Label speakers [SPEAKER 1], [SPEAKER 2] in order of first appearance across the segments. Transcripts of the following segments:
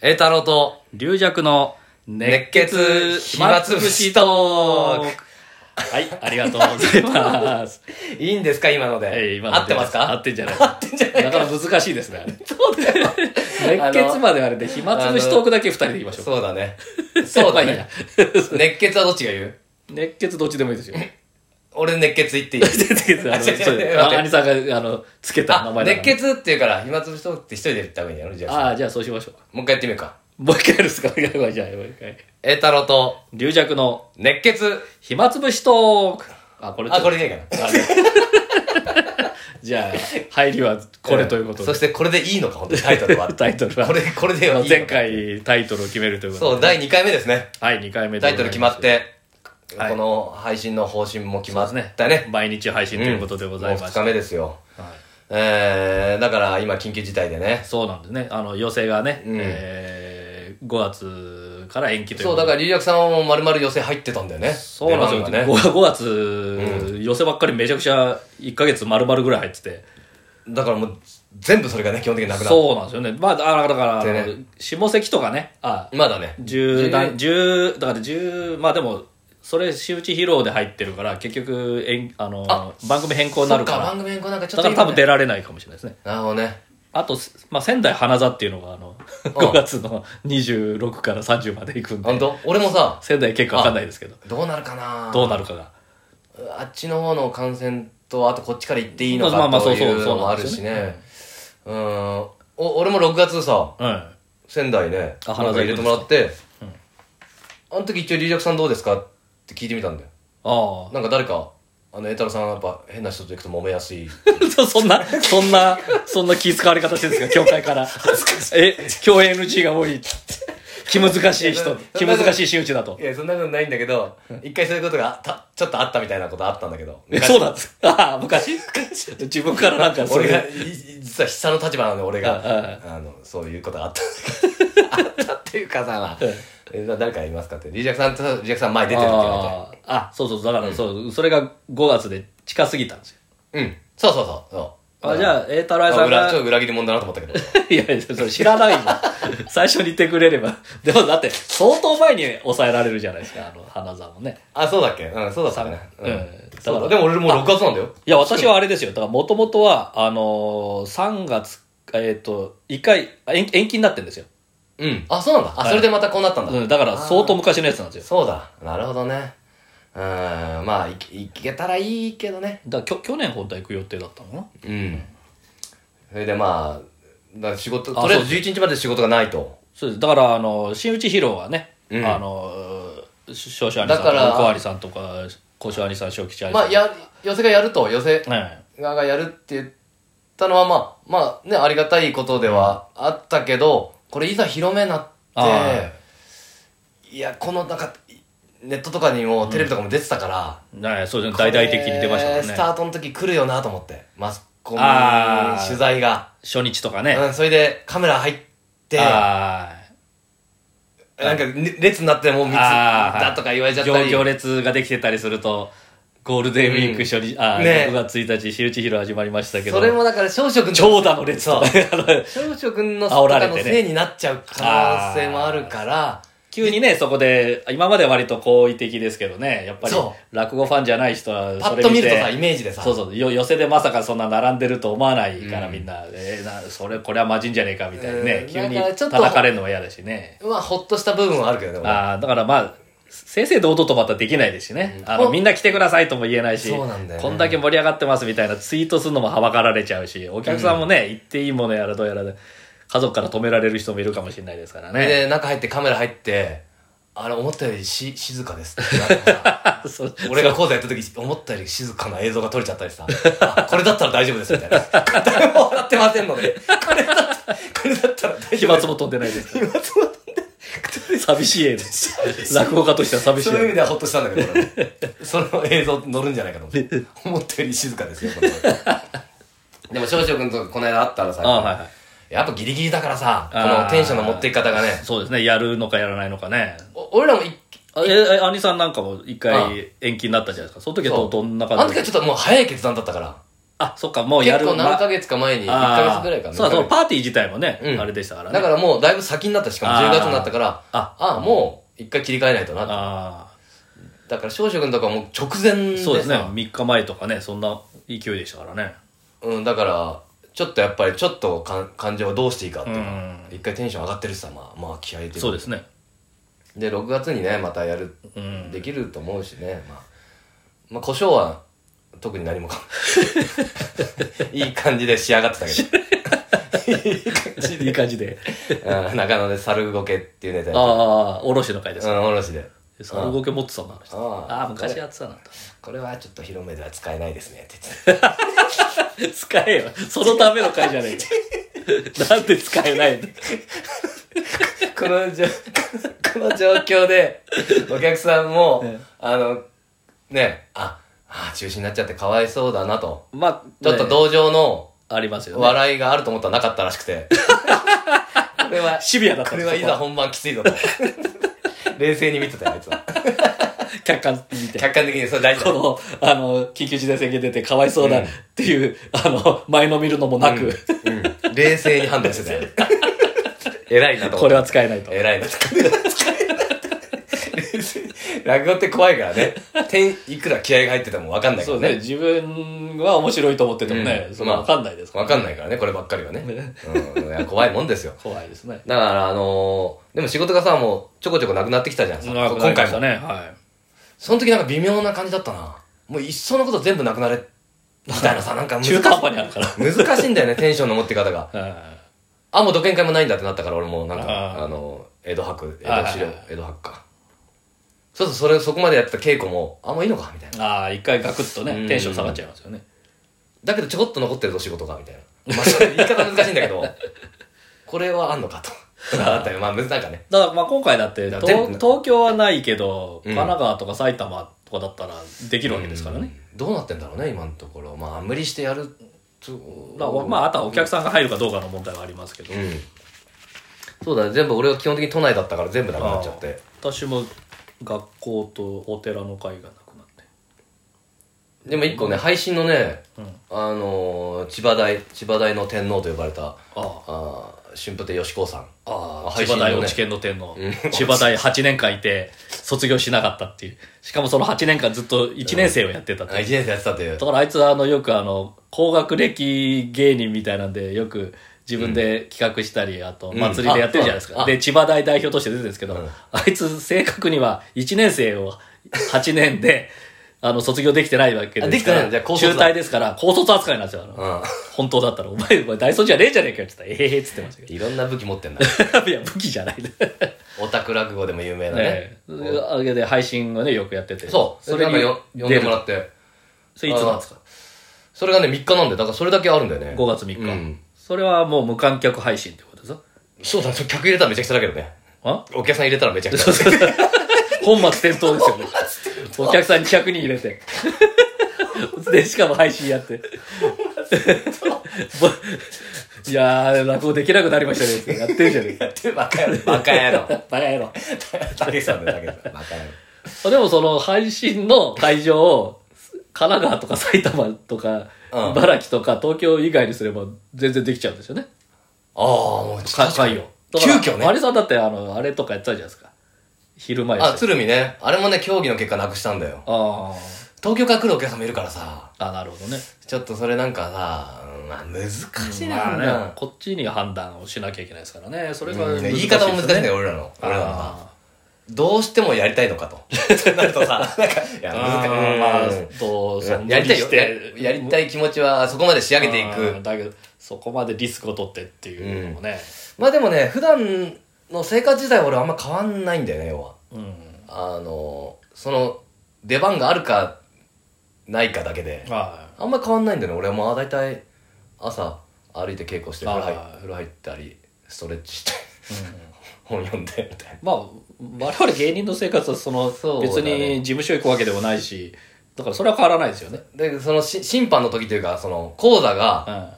[SPEAKER 1] 栄太郎と
[SPEAKER 2] 龍弱の熱血暇つぶしトーク。はい、ありがとうござい ます。
[SPEAKER 1] いいんですか今ので、
[SPEAKER 2] えー今ので
[SPEAKER 1] 合ってますか
[SPEAKER 2] 合ってんじゃない
[SPEAKER 1] 合ってんじゃない
[SPEAKER 2] なかなか難しいですね。
[SPEAKER 1] そうだよ
[SPEAKER 2] 熱血まであれで暇つぶしトークだけ二人で言いましょう。
[SPEAKER 1] そうだねそうだ
[SPEAKER 2] まあいい
[SPEAKER 1] ね
[SPEAKER 2] や
[SPEAKER 1] 熱血はどっちが言う
[SPEAKER 2] 熱血どっちでもいいですよ。
[SPEAKER 1] 俺熱血言っていい
[SPEAKER 2] 熱血、あの、
[SPEAKER 1] 違う
[SPEAKER 2] そうで
[SPEAKER 1] 違う待って
[SPEAKER 2] すあ兄さんが、あの、つけ た名
[SPEAKER 1] あ
[SPEAKER 2] 前だ
[SPEAKER 1] 熱
[SPEAKER 2] から。
[SPEAKER 1] 血っていうから暇つぶしとって一人で言った方がいいんやろじゃあ
[SPEAKER 2] ああ、じゃあそうしましょう。
[SPEAKER 1] もう一回やってみようか
[SPEAKER 2] もう一回やるっすか じゃあ、もう一回。
[SPEAKER 1] 栄太郎と
[SPEAKER 2] 龍弱の
[SPEAKER 1] 熱血
[SPEAKER 2] 暇つぶしトーク。あ、これちょっ
[SPEAKER 1] あ
[SPEAKER 2] と
[SPEAKER 1] これでいいかな
[SPEAKER 2] あれ じゃあ、入りはこれということ
[SPEAKER 1] そ
[SPEAKER 2] で。
[SPEAKER 1] してこれでいいのか本当にタイトルは
[SPEAKER 2] タイトルは。
[SPEAKER 1] これこれではいいのか
[SPEAKER 2] 前回タイトルを決めるということで
[SPEAKER 1] そう第2回目ですね
[SPEAKER 2] はい、2回目でござ
[SPEAKER 1] タ
[SPEAKER 2] いま
[SPEAKER 1] イ
[SPEAKER 2] す
[SPEAKER 1] トル決まって、
[SPEAKER 2] はい
[SPEAKER 1] この配信の方針も決まっ
[SPEAKER 2] そうです
[SPEAKER 1] たね
[SPEAKER 2] 毎日配信ということでござい
[SPEAKER 1] もう
[SPEAKER 2] ま
[SPEAKER 1] 2
[SPEAKER 2] し
[SPEAKER 1] 日
[SPEAKER 2] た。
[SPEAKER 1] 目ですよ。
[SPEAKER 2] はい
[SPEAKER 1] えー、だから今緊急事態でね。
[SPEAKER 2] そうなんですね。あの、予選がね、
[SPEAKER 1] うん
[SPEAKER 2] えー、5月から延期という
[SPEAKER 1] そ
[SPEAKER 2] こ
[SPEAKER 1] う、
[SPEAKER 2] と
[SPEAKER 1] だ
[SPEAKER 2] で。
[SPEAKER 1] から、龍薬さんはもう丸々寄せ入ってたんだよね。
[SPEAKER 2] そうなんですよ。
[SPEAKER 1] 出番が
[SPEAKER 2] 5, 月、寄せばっかりめちゃくちゃ1ヶ月丸々ぐらい入ってて。
[SPEAKER 1] ね。だからもう、全部それがね、基本的になくなった。
[SPEAKER 2] そうなんですよね。まあ、だから、だからあの
[SPEAKER 1] でね
[SPEAKER 2] 下関とかね、あ、
[SPEAKER 1] まだね。
[SPEAKER 2] 十
[SPEAKER 1] 10
[SPEAKER 2] 何、十、だから十、まあでも、それ、仕打ち披露で入ってるから、結局、えんあの
[SPEAKER 1] あ
[SPEAKER 2] 番組変更になるか
[SPEAKER 1] そっ
[SPEAKER 2] ら
[SPEAKER 1] 番、組変更なんかち
[SPEAKER 2] だ
[SPEAKER 1] ょっ
[SPEAKER 2] から
[SPEAKER 1] と今
[SPEAKER 2] 多
[SPEAKER 1] ね、
[SPEAKER 2] 分出られないかもしれないですね。
[SPEAKER 1] なるほどね。
[SPEAKER 2] あと、すまあ、仙台花座っていうのが、あの、5月の26から30まで行くん
[SPEAKER 1] ほん
[SPEAKER 2] で、
[SPEAKER 1] と俺もさ、
[SPEAKER 2] 仙台結構わかんないですけど、
[SPEAKER 1] どうなるかな
[SPEAKER 2] どうなるかが。
[SPEAKER 1] あっちの方の感染と、あとこっちから行っていいの
[SPEAKER 2] まあま
[SPEAKER 1] か
[SPEAKER 2] あ
[SPEAKER 1] と
[SPEAKER 2] そうそう
[SPEAKER 1] いうのもあるしね。うーん。お俺も6月さ、
[SPEAKER 2] うん。
[SPEAKER 1] 仙台ね、
[SPEAKER 2] あ
[SPEAKER 1] なんか入れてもらって、あの時一応龍尺さんどうですかって聞いてみたんだよ。
[SPEAKER 2] あ
[SPEAKER 1] なんか誰か、あの、栄太郎さんはやっぱ変な人と行くと揉めやすい。
[SPEAKER 2] あ。そんな、そんな、そんな気遣われ方してるん ですか、教会から。え、共演 NG が多い。気難しい人、気難しい仕打ちだと
[SPEAKER 1] い。や、そんなことないんだけど、一回そういうことがあった、ちょっとあったみたいなことあったんだけど。
[SPEAKER 2] えそうなんです。 ああ、昔 自分からなんかそ
[SPEAKER 1] 俺
[SPEAKER 2] れ
[SPEAKER 1] が、いい実は下の立場なので俺が、あの、そういうことが あったんだけど。あったっていうかさ、え誰から言いますかって。リージャクさんと、リージャクさん前出てるって言わ
[SPEAKER 2] あああ、そうそうそう、だから、そう、それが5月で近すぎたんですよ。
[SPEAKER 1] れて。うん。そうそうそう。そう
[SPEAKER 2] あ、じゃあ、栄太郎
[SPEAKER 1] まあ
[SPEAKER 2] さん
[SPEAKER 1] 裏
[SPEAKER 2] が
[SPEAKER 1] ちょっ、と裏切り者だなと思ったけど。
[SPEAKER 2] いやいや、それ知らないよ。 最初に言ってくれれば。でもだって、相当前に抑えられるじゃないですか、あの、花座もね。
[SPEAKER 1] あ、そうだっけうん、そうだったね。
[SPEAKER 2] うんだ
[SPEAKER 1] そ
[SPEAKER 2] か
[SPEAKER 1] う
[SPEAKER 2] ら
[SPEAKER 1] だでも俺もう6月なんだよ。
[SPEAKER 2] いや、私はあれですよ。だから、もともとは、あのー、3月、えっ、と、1回あ延、延期になってんですよ。
[SPEAKER 1] うん。あ、そうなんだ。あ、それでまたこうなったんだ。
[SPEAKER 2] うん、だから、相当昔のやつなんですよ。
[SPEAKER 1] そうだ。なるほどね。うーん。まあ、いけいけたらいいけどね。
[SPEAKER 2] だからきょ、去年本当は行く予定だったのかな
[SPEAKER 1] うん。それでまあ、だから仕事、
[SPEAKER 2] あ
[SPEAKER 1] とりあえず11日まで仕事がないと。
[SPEAKER 2] そうです。だから、あの、新内ヒロはね、
[SPEAKER 1] うん
[SPEAKER 2] あの、少子兄さん
[SPEAKER 1] だ
[SPEAKER 2] と
[SPEAKER 1] から
[SPEAKER 2] か、小兄さんとか、小子兄さん、小吉兄
[SPEAKER 1] ま
[SPEAKER 2] さ
[SPEAKER 1] あ、
[SPEAKER 2] ん。
[SPEAKER 1] や、寄せがやると、寄せ
[SPEAKER 2] ね
[SPEAKER 1] 側がやるって言ったのは、まあ、まあね、ありがたいことではあったけど、これいざ広めになっ
[SPEAKER 2] は
[SPEAKER 1] て、いや、このなんか、ネットとかにもテレビとかも出てたから、
[SPEAKER 2] えねえそうですね。大々的に出ましたもん
[SPEAKER 1] これ
[SPEAKER 2] ね
[SPEAKER 1] スタ。ートの時来るよなと思って、マスコミ
[SPEAKER 2] あー
[SPEAKER 1] 取材が。
[SPEAKER 2] 初日とかね。
[SPEAKER 1] うん、それでカメラ入って、
[SPEAKER 2] あー
[SPEAKER 1] なんかね列になってもう密
[SPEAKER 2] あー
[SPEAKER 1] だとか言われちゃったり。
[SPEAKER 2] 行行列ができてたりすると、ゴールデンウィーク初日、あー、
[SPEAKER 1] ね
[SPEAKER 2] 6月1日、周知披露始まりましたけど。
[SPEAKER 1] それもだから少々君
[SPEAKER 2] 長蛇の列
[SPEAKER 1] そう
[SPEAKER 2] と。
[SPEAKER 1] 少々君の
[SPEAKER 2] 煽られ
[SPEAKER 1] とか
[SPEAKER 2] て
[SPEAKER 1] の
[SPEAKER 2] ね
[SPEAKER 1] せいになっちゃう可能性もあるから、
[SPEAKER 2] 急にね、そこで、今までは割と好意的ですけどね、やっぱり
[SPEAKER 1] そ、
[SPEAKER 2] 落語ファンじゃない人は、
[SPEAKER 1] パ
[SPEAKER 2] そ
[SPEAKER 1] ッ
[SPEAKER 2] れ
[SPEAKER 1] と見
[SPEAKER 2] 見
[SPEAKER 1] る
[SPEAKER 2] て
[SPEAKER 1] とさ、イメージでさ。
[SPEAKER 2] そうそう、よ寄せでまさかそんな並んでると思わないから、みんな、えーな、それ、これはまじいんじゃねえか、みたいなね
[SPEAKER 1] う、ん
[SPEAKER 2] 急に
[SPEAKER 1] だからちょっと
[SPEAKER 2] 叩かれるのは嫌だしね。
[SPEAKER 1] まあ、ほっとした部分はあるけどね。俺
[SPEAKER 2] ああ、だからまあ、正々堂々とまたできないですしね。あ
[SPEAKER 1] お
[SPEAKER 2] の、みんな来てくださいとも言えないし、
[SPEAKER 1] そうなんだよね
[SPEAKER 2] こんだけ盛り上がってますみたいなツイートするのもはばかられちゃうし、お客さんもね、行っていいものやらどうやらで、家族から止められる人もいるかもしれないですからね。
[SPEAKER 1] で、中入ってカメラ入って、あれ、思ったよりし静かですってなって さ
[SPEAKER 2] そう
[SPEAKER 1] 俺が講座やった時、思ったより静かな映像が撮れちゃったりさ、あこれだったら大丈夫ですみたいな。誰も笑ってませんので、これだったら、これだったら大
[SPEAKER 2] 飛
[SPEAKER 1] 丈夫で
[SPEAKER 2] 沫
[SPEAKER 1] す。
[SPEAKER 2] も飛んでないです。
[SPEAKER 1] 飛沫も飛んで
[SPEAKER 2] 寂しい 絵です。落語家としては寂しい
[SPEAKER 1] そういう意
[SPEAKER 2] 絵
[SPEAKER 1] 味ではほっとしたんだけど、俺 もその映像乗るんじゃないかと思って。思ったより静かですよ、これはでも、少々君とこの間会ったらさ、
[SPEAKER 2] ああはいはい
[SPEAKER 1] やっぱギリギリだからさ、こ
[SPEAKER 2] あ
[SPEAKER 1] の
[SPEAKER 2] あ
[SPEAKER 1] テンションの持っていき方がね、
[SPEAKER 2] そうですね、やるのかやらないのかね。
[SPEAKER 1] お俺らもい
[SPEAKER 2] あえ、え兄さんなんかも一
[SPEAKER 1] ああ
[SPEAKER 2] 回延期になったじゃないですか。その時は
[SPEAKER 1] そう
[SPEAKER 2] どどんな
[SPEAKER 1] あの
[SPEAKER 2] 感じ
[SPEAKER 1] 時は
[SPEAKER 2] で
[SPEAKER 1] ちょっともう早い決断だったから。
[SPEAKER 2] あ、そっか、もうや
[SPEAKER 1] 結
[SPEAKER 2] る
[SPEAKER 1] 構何ヶ
[SPEAKER 2] 月
[SPEAKER 1] 月か前に、1
[SPEAKER 2] あ
[SPEAKER 1] ヶ
[SPEAKER 2] ー
[SPEAKER 1] 月ぐらいかな。
[SPEAKER 2] そうだ、そ
[SPEAKER 1] 二
[SPEAKER 2] う、
[SPEAKER 1] ヶ
[SPEAKER 2] パーティー自体もね、
[SPEAKER 1] うん
[SPEAKER 2] あれでしたから
[SPEAKER 1] 月
[SPEAKER 2] ね。
[SPEAKER 1] だからもうだいぶ先になった、しかも10
[SPEAKER 2] あー
[SPEAKER 1] 月になったから、
[SPEAKER 2] あ
[SPEAKER 1] ああ、もう1回切り替えないとな。
[SPEAKER 2] あ
[SPEAKER 1] だから、少々君とかもう直前で
[SPEAKER 2] あ、
[SPEAKER 1] さ
[SPEAKER 2] そうですね。3日前とかね、そんな勢いでしたからね。
[SPEAKER 1] うん、だから、ちょっとやっぱり、ちょっとかん感情をどうしていいかっていう
[SPEAKER 2] う
[SPEAKER 1] か、一回テンション上がってるしさ、まあ、まあ、気合い入れてる
[SPEAKER 2] そうですね。
[SPEAKER 1] で6月にねまたやる、
[SPEAKER 2] うん
[SPEAKER 1] できると思うしね、まあ、まあ胡椒は特に何もか もいい感じで仕上がってたけ
[SPEAKER 2] いい感じ で。
[SPEAKER 1] ど、 うん、中野で猿ゴケっていうネタやっ
[SPEAKER 2] ああ、おろしの回で
[SPEAKER 1] て
[SPEAKER 2] す
[SPEAKER 1] た。うんおろしで
[SPEAKER 2] その動き持ってたんだ、あの人
[SPEAKER 1] ああ
[SPEAKER 2] ああ、昔やってたなと。
[SPEAKER 1] これはちょっと広めでは使えないですねって言って
[SPEAKER 2] 使えよ。そのための回じゃねえ か。なんで使えないの
[SPEAKER 1] たこのじょ この状況でお客さんも、
[SPEAKER 2] ええ
[SPEAKER 1] あのねああ中止になっちゃってかわいそうだなと
[SPEAKER 2] まあ、
[SPEAKER 1] ちょっと
[SPEAKER 2] う
[SPEAKER 1] 同情の
[SPEAKER 2] ありますよね。
[SPEAKER 1] 笑いがあると思ったらなかったらしく てこれは
[SPEAKER 2] シビアだった
[SPEAKER 1] こ
[SPEAKER 2] ん
[SPEAKER 1] れ
[SPEAKER 2] です
[SPEAKER 1] はいざ本番きつ いぞと。冷静に見てたよ、あいつは。
[SPEAKER 2] 客観見て。
[SPEAKER 1] 客観的に、それ大事だ
[SPEAKER 2] こ。の、あの、緊急事態宣言出てかわいそうだっていう、あの、前の見るのもなく、
[SPEAKER 1] うん。冷静に判断してたよ。 偉いなと思
[SPEAKER 2] こ
[SPEAKER 1] っ
[SPEAKER 2] れ
[SPEAKER 1] て。
[SPEAKER 2] は使えないと。
[SPEAKER 1] 偉いなと。 冷静落語って怖いからね。点、いくら気合が入ってても分かんないか
[SPEAKER 2] そ
[SPEAKER 1] ら
[SPEAKER 2] うね、
[SPEAKER 1] ね。
[SPEAKER 2] 自分は面白いと思っててもね
[SPEAKER 1] う、ん
[SPEAKER 2] そのわかんないですから
[SPEAKER 1] 分かんないからね、こればっかりはね。
[SPEAKER 2] ね
[SPEAKER 1] うんいや。怖いもんですよ。
[SPEAKER 2] 怖いですね。
[SPEAKER 1] だから、あのーでも仕事がさ、もうちょこちょこなくなってきたじゃん。さ
[SPEAKER 2] 長くなりま
[SPEAKER 1] 今
[SPEAKER 2] し
[SPEAKER 1] 回
[SPEAKER 2] た
[SPEAKER 1] も。
[SPEAKER 2] ね。は
[SPEAKER 1] その時なんか微妙な感じだったな。もういっそのこと全部なくなれ。みたいなさ、なんか
[SPEAKER 2] い。
[SPEAKER 1] 難しい
[SPEAKER 2] 中途半端にあるから。
[SPEAKER 1] 難しいんだよね、テンションの持って方が。
[SPEAKER 2] うん
[SPEAKER 1] あ、もう独演会もないんだってなったから、俺もなんか、
[SPEAKER 2] あ
[SPEAKER 1] あ
[SPEAKER 2] ー
[SPEAKER 1] の、江戸博、江
[SPEAKER 2] はい
[SPEAKER 1] 戸資料
[SPEAKER 2] はいはい、
[SPEAKER 1] 江戸博か。そうそう、それ、そこまでやってた稽古も、あ、もういいのかみたいな。
[SPEAKER 2] ああ、一回ガクッと
[SPEAKER 1] う
[SPEAKER 2] ね、
[SPEAKER 1] ん
[SPEAKER 2] テンション下がっちゃいますよね。
[SPEAKER 1] だけど、ちょこっと残ってるぞ、仕事が、みたいな。まあ、それ言い方難しいんだけど、 これはあんのかと。あったよ。まあ、むずなんかね。
[SPEAKER 2] だからまあ今回だって、
[SPEAKER 1] だ
[SPEAKER 2] 東
[SPEAKER 1] から全部
[SPEAKER 2] 東京はないけど、
[SPEAKER 1] うん
[SPEAKER 2] 神奈川とか埼玉とかだったらできるわけですからね。
[SPEAKER 1] うん。どうなってんだろうね、今のところ。まあ、無理してやると。
[SPEAKER 2] だからまああとはお客さんが入るかどうかの問題はありますけど
[SPEAKER 1] う。ん。そうだね、全部、俺は基本的に都内だったから全部なくなっちゃって。
[SPEAKER 2] 私も学校とお寺の会がなくなって。
[SPEAKER 1] でも一個ね、配信のね、あのー千葉大、千葉大の天皇と呼ばれた、
[SPEAKER 2] ああ。
[SPEAKER 1] あー春風亭よしこさん。
[SPEAKER 2] ああ、
[SPEAKER 1] 配
[SPEAKER 2] 千
[SPEAKER 1] 信
[SPEAKER 2] 葉
[SPEAKER 1] のね
[SPEAKER 2] 大落研の天皇
[SPEAKER 1] うん。
[SPEAKER 2] 千葉大8年間いて、卒業しなかったっていう。しかもその8年間ずっと1年生をやってたって
[SPEAKER 1] あ、
[SPEAKER 2] いう
[SPEAKER 1] 一年生やってたとい
[SPEAKER 2] だ。
[SPEAKER 1] う
[SPEAKER 2] からあいつはあのよくあの高学歴芸人みたいなんでよく自分で企画したり、あと
[SPEAKER 1] うん
[SPEAKER 2] 祭りでやってるじゃないです
[SPEAKER 1] あ
[SPEAKER 2] か。
[SPEAKER 1] あ
[SPEAKER 2] で、千葉大代表として出てるんですけど、
[SPEAKER 1] うん
[SPEAKER 2] あいつ正確には1年生を8年で、あの、卒業できてないわけ
[SPEAKER 1] あ
[SPEAKER 2] ですから、
[SPEAKER 1] できてないじゃあ高卒
[SPEAKER 2] 中
[SPEAKER 1] だ
[SPEAKER 2] 退ですから、高卒扱いなんですよ。あの
[SPEAKER 1] うん。
[SPEAKER 2] 本当だったら、お前、お前大卒じゃねえじゃねえかよって言ったら、ええー、っつってました
[SPEAKER 1] いろんな武器持ってんだ。
[SPEAKER 2] け ど。いや、武器じゃないね。
[SPEAKER 1] オタク落語でも有名なね
[SPEAKER 2] ね。あげで配信をね、よくやってて。
[SPEAKER 1] そう。それなんかよ呼んでもら
[SPEAKER 2] て。
[SPEAKER 1] って。
[SPEAKER 2] それいつなんですか
[SPEAKER 1] それがね、3日なんで、だからそれだけあるんだよね。
[SPEAKER 2] 5月3日、
[SPEAKER 1] うん
[SPEAKER 2] それはもう無観客配信ってことですか
[SPEAKER 1] そうだ、客入れたらめちゃくちゃだけどね。
[SPEAKER 2] あ
[SPEAKER 1] お客さん入れたらめちゃくちゃ。
[SPEAKER 2] 本末転倒ですよねお客さん200人入れて でしかも配信やって いやー落語できなくなりましたねやってるじゃねえか
[SPEAKER 1] バカ野郎。バカ野郎。
[SPEAKER 2] バカ野郎
[SPEAKER 1] たけしさんだよ、たけしさん。 バカ野郎。
[SPEAKER 2] でもその配信の会場を神奈川とか埼玉とか
[SPEAKER 1] うん
[SPEAKER 2] 茨城とか東京以外にすれば全然できちゃうんですよね
[SPEAKER 1] ああ、もうちょっと。
[SPEAKER 2] 会を
[SPEAKER 1] 急遽ね
[SPEAKER 2] マリさんだってあのあれとかやってたじゃないですか昼前
[SPEAKER 1] あ、鶴見ね。あれもね、競技の結果なくしたんだよ。
[SPEAKER 2] あ
[SPEAKER 1] 東京から来るお客さんもいるからさ、
[SPEAKER 2] あ、あなるほどね。
[SPEAKER 1] ちょっとそれなんかさ、うんまあ難しいな、
[SPEAKER 2] ま
[SPEAKER 1] 判
[SPEAKER 2] あね
[SPEAKER 1] 断、
[SPEAKER 2] こっちに判断をしなきゃいけないですからね。それが
[SPEAKER 1] うん
[SPEAKER 2] 難し
[SPEAKER 1] 言
[SPEAKER 2] い
[SPEAKER 1] い方も難しいんだ
[SPEAKER 2] ね
[SPEAKER 1] よ、。俺らの。俺らのさ。
[SPEAKER 2] あ
[SPEAKER 1] どうしてもやりたいのかと。 そうなるとさ、なんか、いや、
[SPEAKER 2] あ
[SPEAKER 1] 難しい。
[SPEAKER 2] ーまあ、どう
[SPEAKER 1] うんやりたいよ。ややりた
[SPEAKER 2] い
[SPEAKER 1] い気持ちはそこまで仕上げていく。
[SPEAKER 2] だけど、そこまでリスクを取ってっていうのもね。
[SPEAKER 1] まあでもね、普段の生活自体は俺あんま変わんないんだよね、要は。
[SPEAKER 2] うん。
[SPEAKER 1] あの、その、出番があるか、ないかだけで。
[SPEAKER 2] は
[SPEAKER 1] あんま変わんないんだよね。俺はもう大体、朝、歩いて稽古して、風呂入
[SPEAKER 2] あー
[SPEAKER 1] 風呂入ったり、ストレッチして、
[SPEAKER 2] い。うん
[SPEAKER 1] 本読んで、みたいな。
[SPEAKER 2] まあ、我々芸人の生活はその、
[SPEAKER 1] そうだ
[SPEAKER 2] 別
[SPEAKER 1] ね
[SPEAKER 2] に事務所行くわけでもないし、だからそれは変わらないですよね。
[SPEAKER 1] で、そのし、審判の時というか、その、講座
[SPEAKER 2] う
[SPEAKER 1] が、
[SPEAKER 2] ん。あ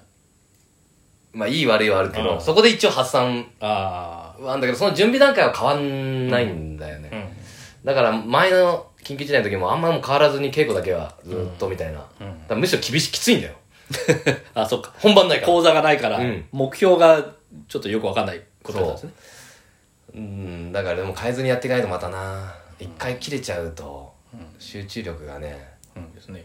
[SPEAKER 1] まあ、いい悪いはあるけ
[SPEAKER 2] う
[SPEAKER 1] ど、
[SPEAKER 2] ん
[SPEAKER 1] そこで一応発散
[SPEAKER 2] あ。
[SPEAKER 1] はあんだけど、その準備段階は変わんないんだよね。
[SPEAKER 2] うん。
[SPEAKER 1] だから前の緊急事態の時もあんまもう変わらずに稽古だけはずっとみたいな。だからむしろ厳し、きついんだよ。
[SPEAKER 2] あ、そっか。
[SPEAKER 1] 本番ないから
[SPEAKER 2] 講座がないから、
[SPEAKER 1] うん
[SPEAKER 2] 目標がちょっとよくわかんないことなんですね。
[SPEAKER 1] うんだからでも変えずにやっていかないとまたな一回切れちゃうと集中力がね
[SPEAKER 2] うんですね。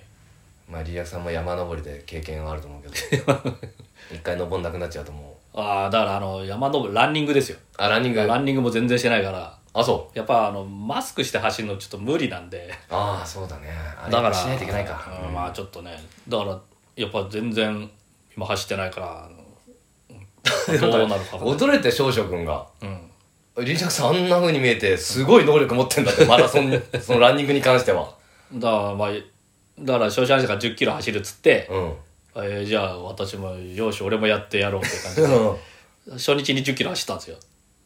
[SPEAKER 1] まあリリアクさんも山登りで経験はあると思うけど 一回登んなくなっちゃうともう
[SPEAKER 2] ああ、だからあの、山登る、ランニングですよ。
[SPEAKER 1] あランニング
[SPEAKER 2] ランニングも全然してないから、
[SPEAKER 1] あそう
[SPEAKER 2] やっぱあの、マスクして走るのちょっと無理なんで、
[SPEAKER 1] ああそうだねあ
[SPEAKER 2] だ
[SPEAKER 1] れ
[SPEAKER 2] から、
[SPEAKER 1] しないといけないか、
[SPEAKER 2] うんまあちょっとね、だから、やっぱ全然今走ってない から、あのどうなるかわかんない
[SPEAKER 1] 驚いて少々君が
[SPEAKER 2] うん。
[SPEAKER 1] リリアクさんあんな風に見えてすごい能力持ってん だってマラソンそのランニングに関しては
[SPEAKER 2] だから、まあ、だから、少子話が10キロ走るっつって、
[SPEAKER 1] うん
[SPEAKER 2] えーじゃあ私も、よし、俺もやってやろうって感じ
[SPEAKER 1] う
[SPEAKER 2] で、
[SPEAKER 1] ん
[SPEAKER 2] 初日に10キロ走ったんですよ。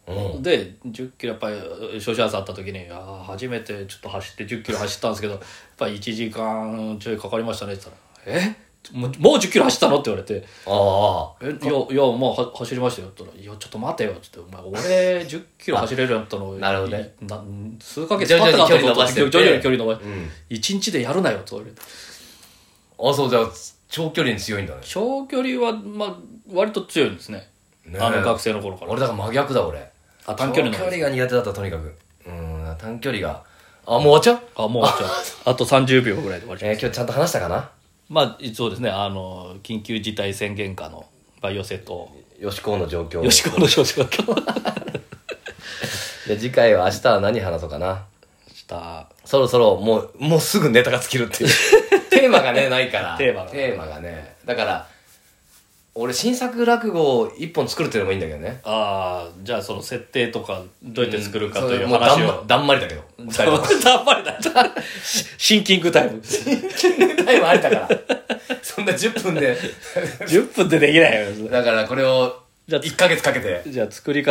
[SPEAKER 1] うん
[SPEAKER 2] で10キロやっぱり少子朝あった時にあー初めてちょっと走って10キロ走ったんですけどやっぱり1時間ちょいかかりましたねって言ったら「えもうもう10キロ走ったの?」って言われて
[SPEAKER 1] ああ
[SPEAKER 2] 「えいやいやもうは走りましたよ」って言ったら「いやちょっと待てよ」って言って「お前俺10キロ走れるようになったの
[SPEAKER 1] なるほどね
[SPEAKER 2] いな数ヶ月
[SPEAKER 1] 徐々に
[SPEAKER 2] 経ったから
[SPEAKER 1] 距離伸ばしてって
[SPEAKER 2] 徐々に距離伸ばして
[SPEAKER 1] うん
[SPEAKER 2] 1日でやるなよ」って言われて
[SPEAKER 1] あそうじゃあ長距離に強いんだね
[SPEAKER 2] 長距離は、まあ、割と強いんですね
[SPEAKER 1] ねえ
[SPEAKER 2] あの学生の頃から
[SPEAKER 1] 俺だから真逆だ俺
[SPEAKER 2] あ短距離の
[SPEAKER 1] 長距離が苦手だったとにかくうん短距離があもう終わっちゃう
[SPEAKER 2] あもうじゃああと30秒ぐらいで終わりました
[SPEAKER 1] えー、今日ちゃんと話したかな
[SPEAKER 2] まあ、そうですね、あの、緊急事態宣言下の、まあ、寄せと、
[SPEAKER 1] 吉高の状況
[SPEAKER 2] 吉川の少子化と、
[SPEAKER 1] で次回は明日は何話そうかな
[SPEAKER 2] した、
[SPEAKER 1] そろそろもうもうすぐネタが尽きるっていう テーマがねないから
[SPEAKER 2] テーマが
[SPEAKER 1] テーマがねだから俺新作落語を一本作るっていうのもいいんだけどね
[SPEAKER 2] ああ、じゃあその設定とか、どうやって作るかという
[SPEAKER 1] もうだん
[SPEAKER 2] 話
[SPEAKER 1] ま
[SPEAKER 2] を。
[SPEAKER 1] だんまりだけど二人
[SPEAKER 2] だ
[SPEAKER 1] と
[SPEAKER 2] ん
[SPEAKER 1] も
[SPEAKER 2] まりだった。シンキングタイム。
[SPEAKER 1] タイムあ れだからそんな10分で
[SPEAKER 2] 10分でできないよ。
[SPEAKER 1] だからこれを
[SPEAKER 2] じゃあ
[SPEAKER 1] 1ヶ月かけて
[SPEAKER 2] じゃあ作り方